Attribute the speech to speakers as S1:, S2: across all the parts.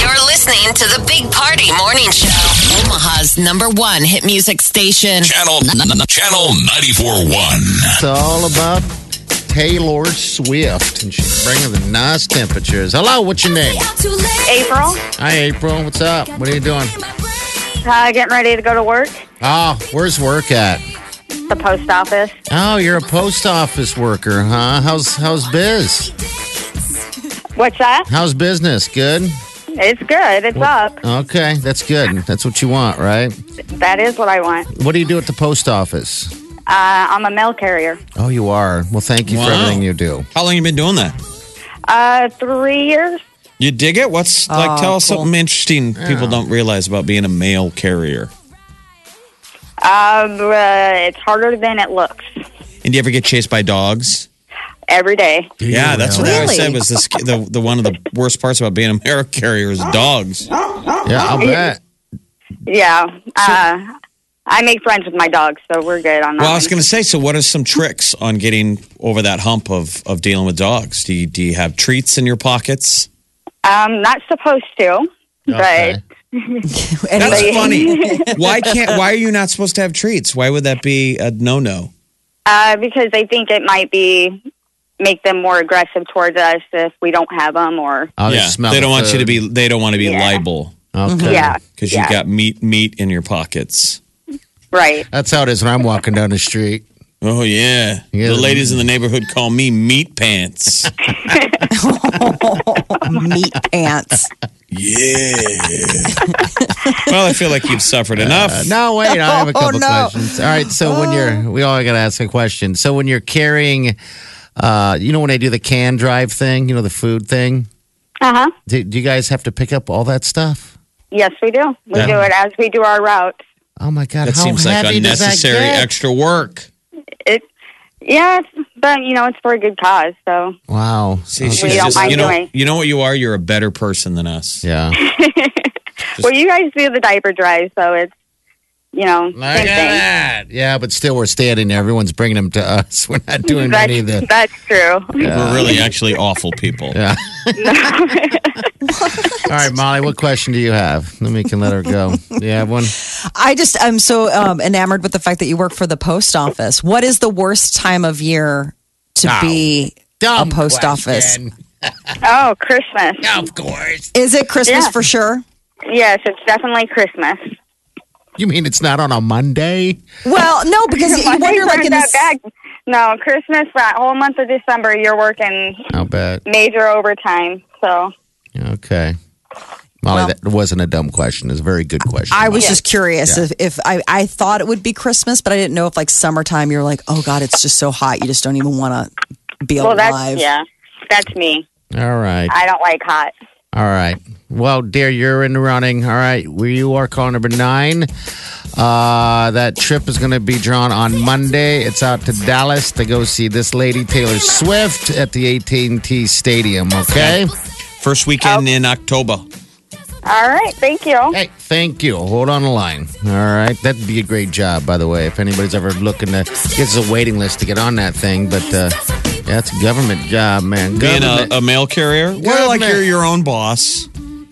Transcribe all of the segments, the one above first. S1: You're listening to the Big Party Morning Show. Omaha's number one hit music station.
S2: Channel Channel 94.1.
S3: It's all about Taylor Swift, and she's bringing the nice temperatures. Hello, what's your name?
S4: April,
S3: Hi, April. What's up? What are you doing?
S4: uh, getting ready to go to work.
S3: Oh, where's work at?
S4: The post office.
S3: Oh, you're a post office worker, huh? How's how's biz?
S4: What's that?
S3: How's business? Good.
S4: uh, It's good. It's up.
S3: Okay, that's good. That's what you want, right?
S4: That is what I want.
S3: What do you do at the post office?
S4: Uh, I'm a mail carrier.
S3: Oh, you are. Well, thank you for
S5: Wow.
S3: everything you do.
S5: How long you been doing that?
S4: Uh, three years.
S5: You dig it? What's like? Tell us
S6: cool.
S5: something interesting people don't realize about being a mail carrier.
S4: Um, uh, it's harder than it looks
S5: And do you ever get chased by dogs?
S4: every day.
S5: yeah, that's what I
S6: Really?
S5: said was the, sc- the the one of the worst parts about being a mail carrier is dogs.
S3: Yeah, I'll bet.
S4: Yeah. Uh, I make friends with my dogs, so we're good on that.
S5: Well, I was
S4: one.
S5: going to say, so what are some tricks on getting over that hump of of dealing with dogs? Do you, do you have treats in your pockets?
S4: Um, not supposed to,
S3: Okay.
S4: but
S5: That's funny. why can't? Why are you not supposed to have treats? Why would that be a no no?
S4: uh, because they think it might be make them more aggressive towards us if we don't have them or
S3: Oh,
S5: yeah,
S3: smell
S5: they
S3: the
S5: don't want you
S3: food.
S5: to be. They don't want to be
S4: Yeah.
S5: liable
S3: Okay.
S4: yeah.
S5: because
S4: yeah,
S5: you've got meat meat in your pockets.
S4: right.
S3: That's how it is when I'm walking down the street.
S5: Oh yeah,
S3: Yeah.
S5: the ladies in the neighborhood call me meat pants.
S6: Meat pants.
S5: well, I feel like you've suffered enough.
S3: Uh, No, wait. I have a couple
S6: Oh, no. Oh.
S3: questions. All right. So when you're, we all got to ask a question. So when you're carrying, uh, you know, when they do the can drive thing, you know, the food thing,
S4: Uh huh.
S3: do, do you guys have to pick up all that stuff?
S4: Yes, we do. We
S5: Yeah.
S4: do it as we do our route.
S3: Oh my God!
S5: That
S3: how
S5: seems like
S3: heavy does that
S5: unnecessary
S3: get?
S5: extra work.
S4: It, yeah, it's- but you know, it's for a good cause. So
S3: Wow.
S5: See, she's
S4: We don't
S5: just,
S4: mind
S5: you know,
S4: doing.
S5: you know what you are. You're a better person than us.
S3: Yeah.
S4: well, you guys do the diaper drive, so it's you know
S3: Look at
S4: same thing.
S3: that. Yeah, but still, we're standing there. Everyone's bringing them to us. We're not doing
S4: That's,
S3: any of the.
S4: that's true.
S3: Uh,
S5: We're really actually awful people.
S3: Yeah. All right, Molly. What question do you have? Then we can let her go. Do you have one?
S6: I just am so um, enamored with the fact that you work for the post office. What is the worst time of year to
S3: Oh.
S6: be
S3: Dumb
S6: a post office?
S3: question.
S4: Oh, Christmas!
S3: Of course.
S6: Is it Christmas
S4: Yeah.
S6: for sure?
S4: Yes, it's definitely Christmas.
S3: You mean it's not on a Monday?
S6: Well, no, because you
S4: Mondays
S6: wonder like
S4: aren't
S6: in
S4: that
S6: this.
S4: bad. No, Christmas for that whole month of December, you're working
S3: I'll bet.
S4: major overtime. So
S3: Okay. Molly, that wasn't a dumb question. It's a very good question.
S6: I was
S3: Molly.
S6: just curious if, if I, I thought it would be Christmas, but I didn't know if like summertime you're like, oh God, it's just so hot. You just don't even want to be
S4: well, that's
S6: alive.
S4: yeah, that's me.
S3: All right.
S4: I don't like hot.
S3: All right. Well, dear, you're in the running. All right. We you are call number nine. Uh, that trip is going to be drawn on Monday. It's out to Dallas to go see this lady Taylor Swift at the AT&T Stadium. Okay.
S5: First
S6: Oh.
S5: weekend in October.
S4: All right, thank you.
S3: Hey, thank you. Hold on the line. All right. That'd be a great job, by the way, if anybody's ever looking to. It's a waiting list to get on that thing, but uh, yeah, it's a government job, man.
S5: Being a,
S3: Government.
S5: a mail carrier, well, like
S3: Government.
S5: you're your own boss.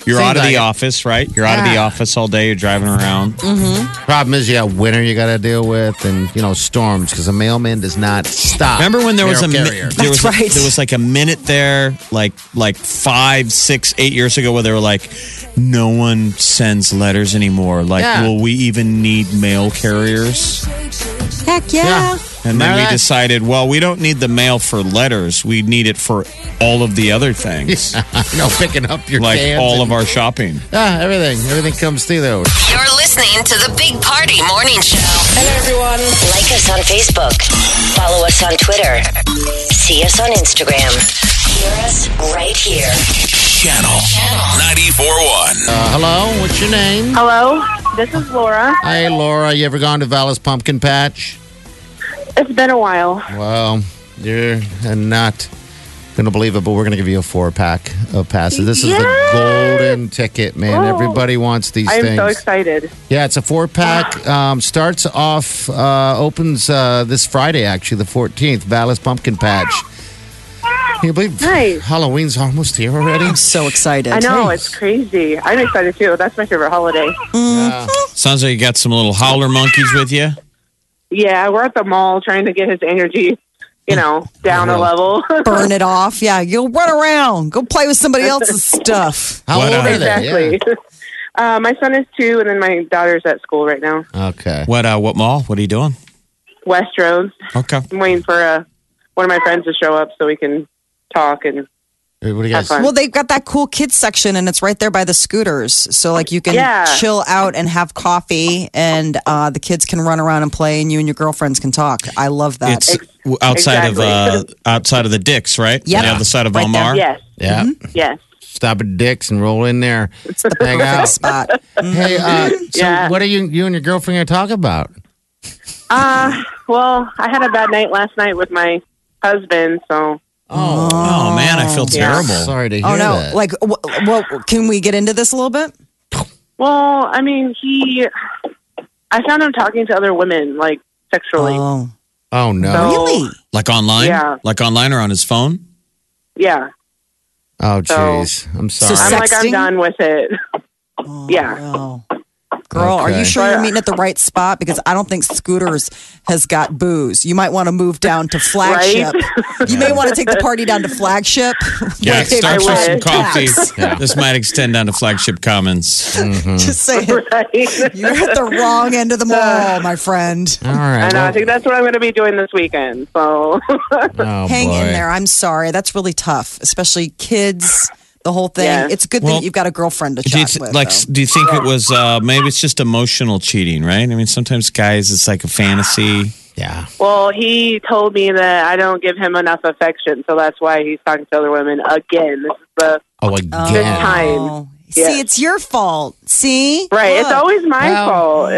S5: You're
S3: Seems
S5: out of
S3: like
S5: the
S3: it.
S5: office, right? You're out of the
S3: Yeah. Mm-hmm.
S5: office all day. You're driving around.
S3: Problem is, you got winter you got to deal with, and you know storms because a mailman does not stop.
S5: Remember when there was a
S3: Mail
S5: mi-
S3: carrier.
S5: there was
S6: That's
S5: a-
S6: right.
S5: there was like a minute there, like like five, six, eight years ago, where they were like, no one sends letters anymore. Like,
S3: Yeah.
S5: will we even need mail carriers?
S6: Heck yeah.
S5: And then
S3: Remember
S5: we
S3: that?
S5: decided, well, we don't need the mail for letters. We need it for all of the other things,
S3: you know picking up your
S5: like
S3: cans
S5: all
S3: and-
S5: of our shopping.
S3: ah, everything everything comes through those.
S1: You're listening to the Big Party Morning Show. Hello, everyone. Like us on Facebook. Follow us on Twitter. See us on Instagram. Hear us right here.
S2: Channel 94.1.
S3: Uh, Hello, what's your name?
S4: Hello, this is Laura.
S3: Hey, Laura. You ever gone to Valis Pumpkin Patch?
S4: It's been a while.
S3: Well, you're not gonna believe it, but we're gonna give you a four pack of passes. This is the
S4: Yes!
S3: golden ticket, man.
S4: Oh.
S3: Everybody wants these
S4: I am
S3: things.
S4: so excited.
S3: Yeah, it's a four pack. Um, starts off, uh, opens uh, this Friday, actually, the 14th, Valis Pumpkin Patch. Can you believe
S4: Nice. Mm-hmm.
S3: Halloween's almost here already?
S6: I'm so excited.
S4: I know, it's crazy. I'm excited too. That's my favorite holiday.
S3: Yeah.
S5: Sounds like you got some little howler monkeys with you.
S4: Yeah, we're at the mall trying to get his energy, you know, down a level.
S6: Burn it off. Yeah, you'll run around. Go play with somebody else's stuff.
S3: How old
S5: What are
S3: are they?
S4: exactly. Uh, my son is two, and then my daughter's at school right now.
S3: Yeah. Okay.
S5: What? Uh, what mall? What are you doing?
S4: West Roads.
S5: Okay.
S4: I'm waiting for uh, one of my friends to show up so we can talk and
S3: What do you
S4: have
S3: guys?
S4: fun.
S6: Well, they've got that cool kids section, and it's right there by the scooters. So, like, you can
S4: Yeah.
S6: chill out and have coffee, and uh, the kids can run around and play, and you and your girlfriends can talk. I love that.
S5: It's w- outside of
S4: exactly.
S5: uh, outside of the Dicks, right?
S6: Yep.
S5: On the other side of
S6: Right there.
S5: Elmar.
S4: yes,
S3: Yeah.
S4: yes.
S3: Stop at Dick's and roll in there. Hang
S6: Perfect
S3: out.
S6: spot.
S3: Hey, uh, so
S4: Yeah.
S3: what are you you and your girlfriend going to talk about?
S4: Uh, well, I had a bad night last night with my husband, so
S3: Oh,
S5: Oh man, I feel
S4: Yeah.
S5: terrible.
S3: sorry to hear
S6: Oh no!
S3: that.
S6: Like, wh- well, can we get into this a little bit?
S4: well, I mean, he, I found him talking to other women like sexually.
S6: Oh,
S3: oh no.
S4: So-
S6: really?
S5: Like online?
S4: Yeah.
S5: Like online or on his phone?
S4: yeah,
S3: oh
S4: so-
S3: jeez. I'm sorry.
S4: I'm like,
S6: Sexting?
S4: I'm done with it.
S6: Oh,
S4: Yeah. uh,
S6: no. Girl, are
S3: Okay.
S6: you sure you're meeting at the right spot? Because I don't think Scooters has got booze. You might want to move down to flagship. You may want to take the party down to flagship.
S5: Yeah,
S6: Like they've
S5: start
S4: I
S5: with some
S4: would.
S5: coffee.
S6: Yes.
S5: This might extend down to Flagship Commons.
S6: Just saying,
S4: Right? Uh,
S6: you're at the wrong end of the mall, my friend.
S3: All right.
S4: I know. I
S3: well-
S4: think that's what I'm going to be doing this weekend. So
S3: oh,
S6: Hang
S3: boy.
S6: in there. I'm sorry. That's really tough, especially kids, the whole thing.
S4: Yeah.
S6: It's a good
S5: Well,
S6: thing that you've got a girlfriend to
S5: Do you,
S6: chat
S5: th-
S6: with.
S5: like,
S6: though.
S5: do you think it was uh, maybe it's just emotional cheating, right? I mean, sometimes guys, it's like a fantasy.
S3: Yeah.
S4: Well, he told me that I don't give him enough affection, so that's why he's talking to other women again. This is the
S3: Oh, again.
S4: time.
S6: Oh, See,
S4: Yes.
S6: it's your fault. See?
S4: right. It's
S6: Look.
S4: always my
S3: Well,
S4: fault.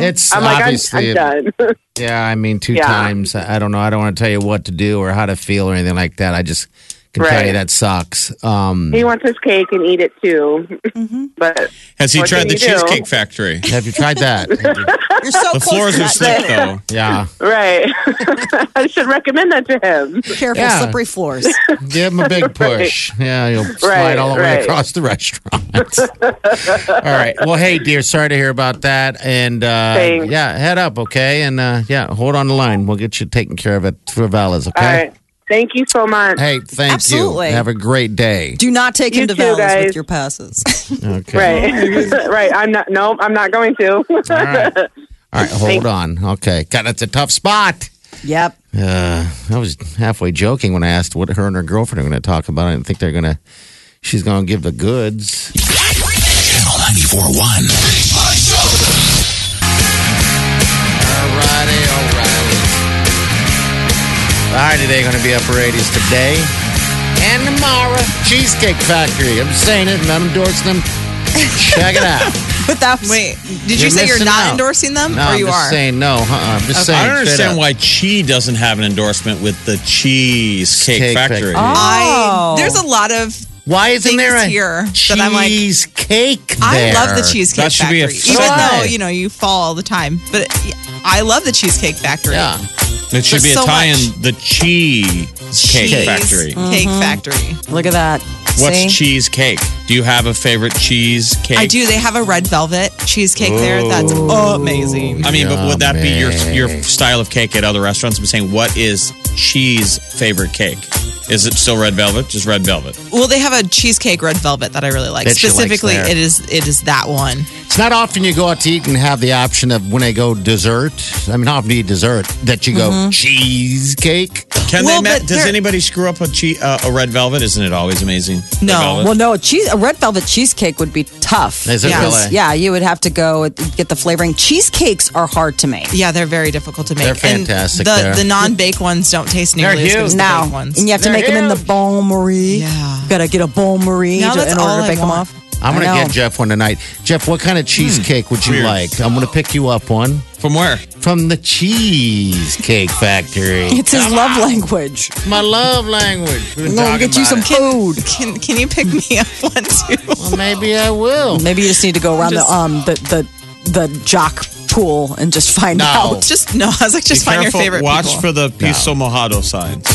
S4: It's,
S3: It's
S4: I'm like I'm,
S3: obviously.
S4: I'm done.
S3: Yeah, I mean, two
S4: Yeah.
S3: times. I I don't know. I don't want to tell you what to do or how to feel or anything like that. I just can tell
S4: Right.
S3: you that sucks. Um,
S4: he wants his cake and eat it too.
S3: Mm-hmm.
S4: but
S5: Has he
S4: What
S5: tried
S4: can
S5: the
S4: you do?
S5: Cheesecake Factory?
S3: have you tried that?
S6: You're so
S5: The
S6: close
S5: floors
S6: to
S5: are
S6: that.
S5: slick, though.
S3: yeah.
S4: right, I should recommend that to him.
S6: Careful,
S3: Yeah.
S6: slippery floors.
S3: Give him a big push. Yeah, you'll slide
S4: Right,
S3: all the way
S4: right.
S3: across the restaurant. all right. Well, hey, dear. Sorry to hear about that. And uh,
S4: Thanks.
S3: yeah, head up, okay? And uh, yeah, hold on the line. We'll get you taken care of at Travella's, okay?
S4: All right. Thank you so much.
S3: Hey, thank
S6: Absolutely.
S3: you. Have a great day.
S6: Do not take
S4: You
S6: him to
S4: too,
S6: Val's with
S4: guys.
S6: your passes.
S3: Okay.
S4: Right, right. I'm not. No, I'm not going to.
S3: All right. All right, hold on. Okay. God, that's a tough spot.
S6: yep.
S3: Uh, I was halfway joking when I asked what her and her girlfriend are going to talk about. I didn't think they're going to, she's going to give the goods.
S2: Channel 941.
S3: Alrighty, alrighty. Alrighty, they're going to be upper 80s today and tomorrow. Cheesecake Factory. I'm saying it and I'm endorsing them. Check it out.
S7: Without wait, did you
S3: You're
S7: say you're
S3: missing
S7: not
S3: out.
S7: endorsing them,
S3: No,
S7: or
S3: I'm
S7: you
S3: just
S7: are?
S3: saying no. Uh-uh. I'm just saying.
S5: I don't
S3: straight
S5: understand
S3: up.
S5: why Chi doesn't have an endorsement with the Cheesecake
S3: Cake
S5: Factory.
S3: Factory.
S7: I
S6: Oh.
S7: there's a lot of
S3: Why isn't
S7: things
S3: there a
S7: here that I'm like-
S3: cheesecake
S7: I
S3: there?
S7: love the Cheesecake
S5: That should
S7: Factory,
S5: be a
S7: even
S3: segment.
S7: though you know you fall all the time. But I love the Cheesecake Factory.
S3: Yeah.
S5: It should
S7: There's
S5: be
S7: so
S5: a tie
S7: much.
S5: in the Cheesecake
S7: Cheese Mm-hmm.
S5: Factory.
S7: Cake Factory.
S6: Look at that.
S5: What's
S6: See?
S5: cheesecake? Do you have a favorite cheesecake?
S7: I do. They have a red velvet cheesecake there. That's amazing.
S5: I mean, but would that be your your style of cake at other restaurants? I'm saying, what is cheese favorite cake? Is it still red velvet? Just red velvet.
S7: Well, they have a cheesecake red velvet that I really like.
S3: That she likes
S7: Specifically,
S3: there.
S7: it is it is that one.
S3: It's not often you go out to eat and have the option of when I go dessert. I mean, how often do you eat dessert that you
S7: Mm-hmm.
S3: go cheesecake?
S5: Can
S7: Well,
S5: they? Ma-
S7: but
S5: does
S7: they're-
S5: anybody screw up a che- uh, a red velvet? Isn't it always amazing? Red
S7: No.
S5: velvet?
S6: Well, no, a, cheese, a red velvet cheesecake would be tough.
S3: Is it
S6: Because,
S3: really?
S6: Yeah, you would have to go and get the flavoring. Cheesecakes are hard to make.
S7: Yeah, they're very difficult to make.
S3: They're
S7: And
S3: fantastic
S7: the
S3: there.
S7: the non bake ones don't taste nearly
S3: They're
S7: as good as
S3: huge.
S7: the
S6: Now,
S7: baked ones.
S6: and you have to
S3: They're
S6: make them in the
S3: huge.
S6: bain marie.
S7: Yeah.
S6: You gotta get a bain marie
S7: Now
S6: to,
S7: that's
S6: in order
S7: all
S6: to
S7: I Hmm.
S6: bake them
S7: want.
S6: off.
S3: I'm gonna
S6: I know.
S3: get Jeff one tonight. Jeff, what kind of cheesecake would you
S5: Weird.
S3: like? I'm gonna pick you up one.
S5: From where?
S3: From the Cheesecake Factory.
S6: It's his love language.
S3: My love language. We've been
S6: I'm gonna
S3: talking
S6: get you
S3: about
S6: some
S3: it.
S6: food.
S7: Can Can you pick me up one too?
S3: Well, maybe I will.
S6: Maybe you just need to go around
S7: Just-
S6: the um the the the jock pool and just find
S3: No.
S6: out.
S7: Just no. I was like, just
S5: Be
S7: find
S5: careful.
S7: your favorite.
S5: Watch
S7: people.
S5: for the piso mojado signs.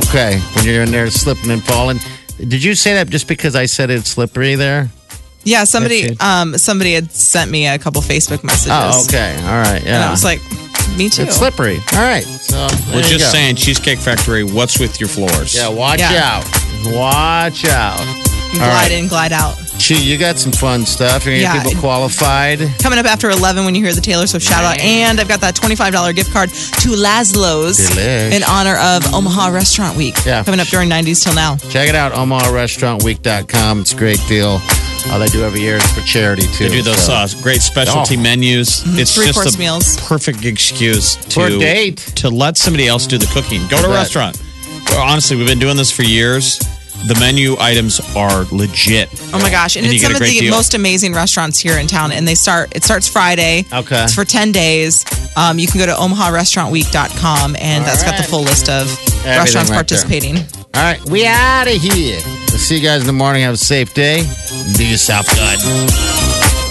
S3: Okay, when you're in there slipping and falling. Did you say that just because I said it's slippery there?
S7: yeah. Somebody
S3: That's
S7: um somebody had sent me a couple Facebook messages.
S3: Oh, okay. All right. Yeah.
S7: And I was like, me too.
S3: it's slippery. All right. So there
S5: We're
S3: you
S5: just
S3: go.
S5: saying, Cheesecake Factory, what's with your floors?
S3: Yeah, watch
S7: Yeah.
S3: out. Watch out.
S7: glide
S3: all right.
S7: in, glide out.
S3: Gee, you got some fun stuff. You're gonna
S7: Yeah,
S3: get people
S7: and-
S3: qualified.
S7: Coming up after 11 when you hear the Taylor Swift shout out. And I've got that $25 gift card to Laszlo's
S3: Delish.
S7: in honor of Omaha Restaurant Week.
S3: Yeah.
S7: Coming up during 90s till now.
S3: Check it out, OmahaRestaurantWeek.com. It's a great deal. Uh, they do every year. It's for charity too.
S5: They do those
S3: so.
S5: uh, great specialty
S3: Oh.
S5: menus. It's
S7: Three
S5: just
S7: course
S5: the
S7: meals.
S5: perfect excuse to
S3: For a date.
S5: to let somebody else do the cooking. Go to a
S3: bet.
S5: restaurant. Well, honestly, we've been doing this for years. The menu items are legit.
S7: Oh my gosh. And,
S5: And you
S7: it's
S5: get
S7: some
S5: a
S7: of
S5: great
S7: the
S5: deal.
S7: most amazing restaurants here in town. And they start, it starts Friday.
S3: Okay.
S7: It's for 10 days. Um, you can go to omaharestaurantweek.com and that's got the
S3: right.
S7: full list of restaurants
S3: right there.
S7: participating.
S3: All right, we out of here. We'll see you guys in the morning. Have a safe day. Do yourself good.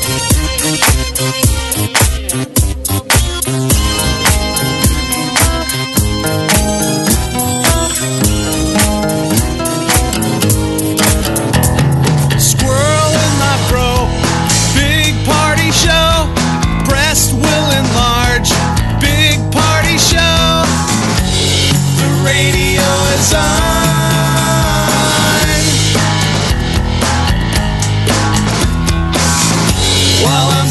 S5: Squirrel in my bro. Big party show. Breast will enlarge. Big party show. The radio is on. While I'm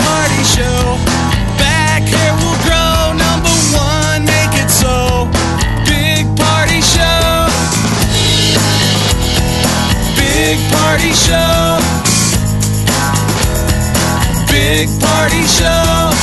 S5: party show. Back hair will grow. Number one, make it so. Big party show. Big party show. Big party show.